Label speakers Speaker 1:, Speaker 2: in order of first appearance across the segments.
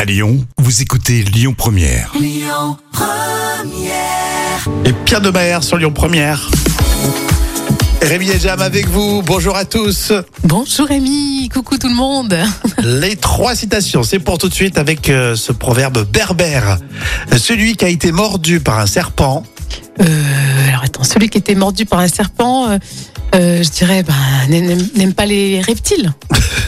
Speaker 1: À Lyon, vous écoutez Lyon Première.
Speaker 2: Et Pierre de Maher sur Lyon Première. Rémi et Jam avec vous. Bonjour à tous.
Speaker 3: Bonjour Rémi, coucou tout le monde.
Speaker 2: Les trois citations, c'est pour tout de suite avec euh, ce proverbe berbère. Celui qui a été mordu par un serpent.
Speaker 3: Euh, alors attends, celui qui était mordu par un serpent, euh, euh, je dirais, ben, n'aime- n'aime n'aime pas les reptiles.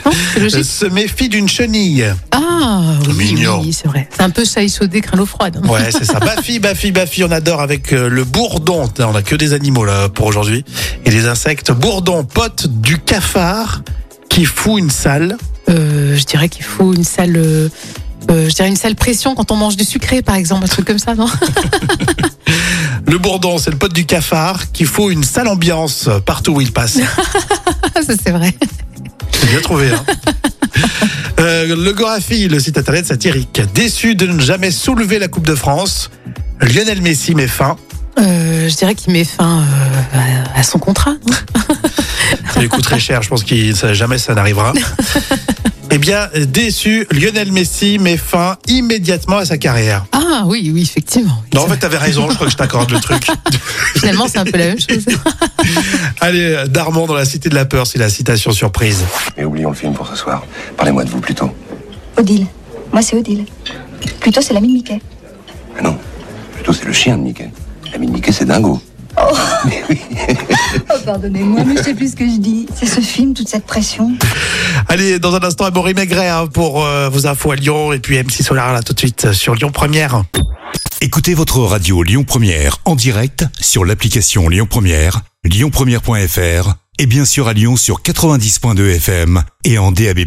Speaker 3: Non, c'est
Speaker 2: euh,
Speaker 3: logique.
Speaker 2: Se méfie d'une chenille.
Speaker 3: Ah, oui,
Speaker 2: Mignon.
Speaker 3: oui, c'est vrai. C'est un peu ça, sauder crin l'eau froide. hein.
Speaker 2: Ouais, c'est ça. Bafi, Bafi, Bafi, on adore avec euh, le bourdon. Tiens, On a que des animaux là pour aujourd'hui. Et des insectes. Bourdon, pote du cafard qui fout une salle.
Speaker 3: Euh, je dirais qu'il faut une salle, euh, euh, je dirais une salle pression quand on mange du sucré, par exemple, un truc comme ça, non
Speaker 2: Le bourdon, c'est le pote du cafard qui fout une sale ambiance partout où il passe.
Speaker 3: Ça c'est vrai.
Speaker 2: C'est bien trouvé. Hein Euh, le Gorafi, le site internet satirique. Déçu de ne jamais soulever la Coupe de France, Lionel Messi met fin.
Speaker 3: Euh, je dirais qu'il met fin euh, à à son contrat.
Speaker 2: Ça lui coûte très cher, je pense que ça, jamais ça n'arrivera. Eh bien, déçu, Lionel Messi met fin immédiatement à sa carrière.
Speaker 3: Ah oui, oui, effectivement.
Speaker 2: Non, en fait, t'avais raison, je crois que je t'accorde le truc.
Speaker 3: Finalement, c'est un peu la même chose.
Speaker 2: Allez, Darmon dans la Cité de la Peur, c'est la citation surprise.
Speaker 4: Mais oublions le film pour ce soir. Parlez-moi de vous plutôt.
Speaker 5: Odile. Moi, c'est Odile. Plutôt, c'est l'ami de Mickey.
Speaker 4: Ah non, plutôt c'est le chien de Mickey. L'ami de Mickey, c'est Dingo.
Speaker 5: Oh, pardonnez-moi, mais je sais plus ce que je dis. C'est ce film, toute cette pression.
Speaker 2: Allez, dans un instant, Amaury Maigret hein, pour euh, vos infos à Lyon et puis MC Solar là tout de suite euh, sur Lyon Première.
Speaker 1: Écoutez votre radio Lyon Première en direct sur l'application Lyon Première, lyonpremière.fr et bien sûr à Lyon sur 90.2 FM et en DAB+.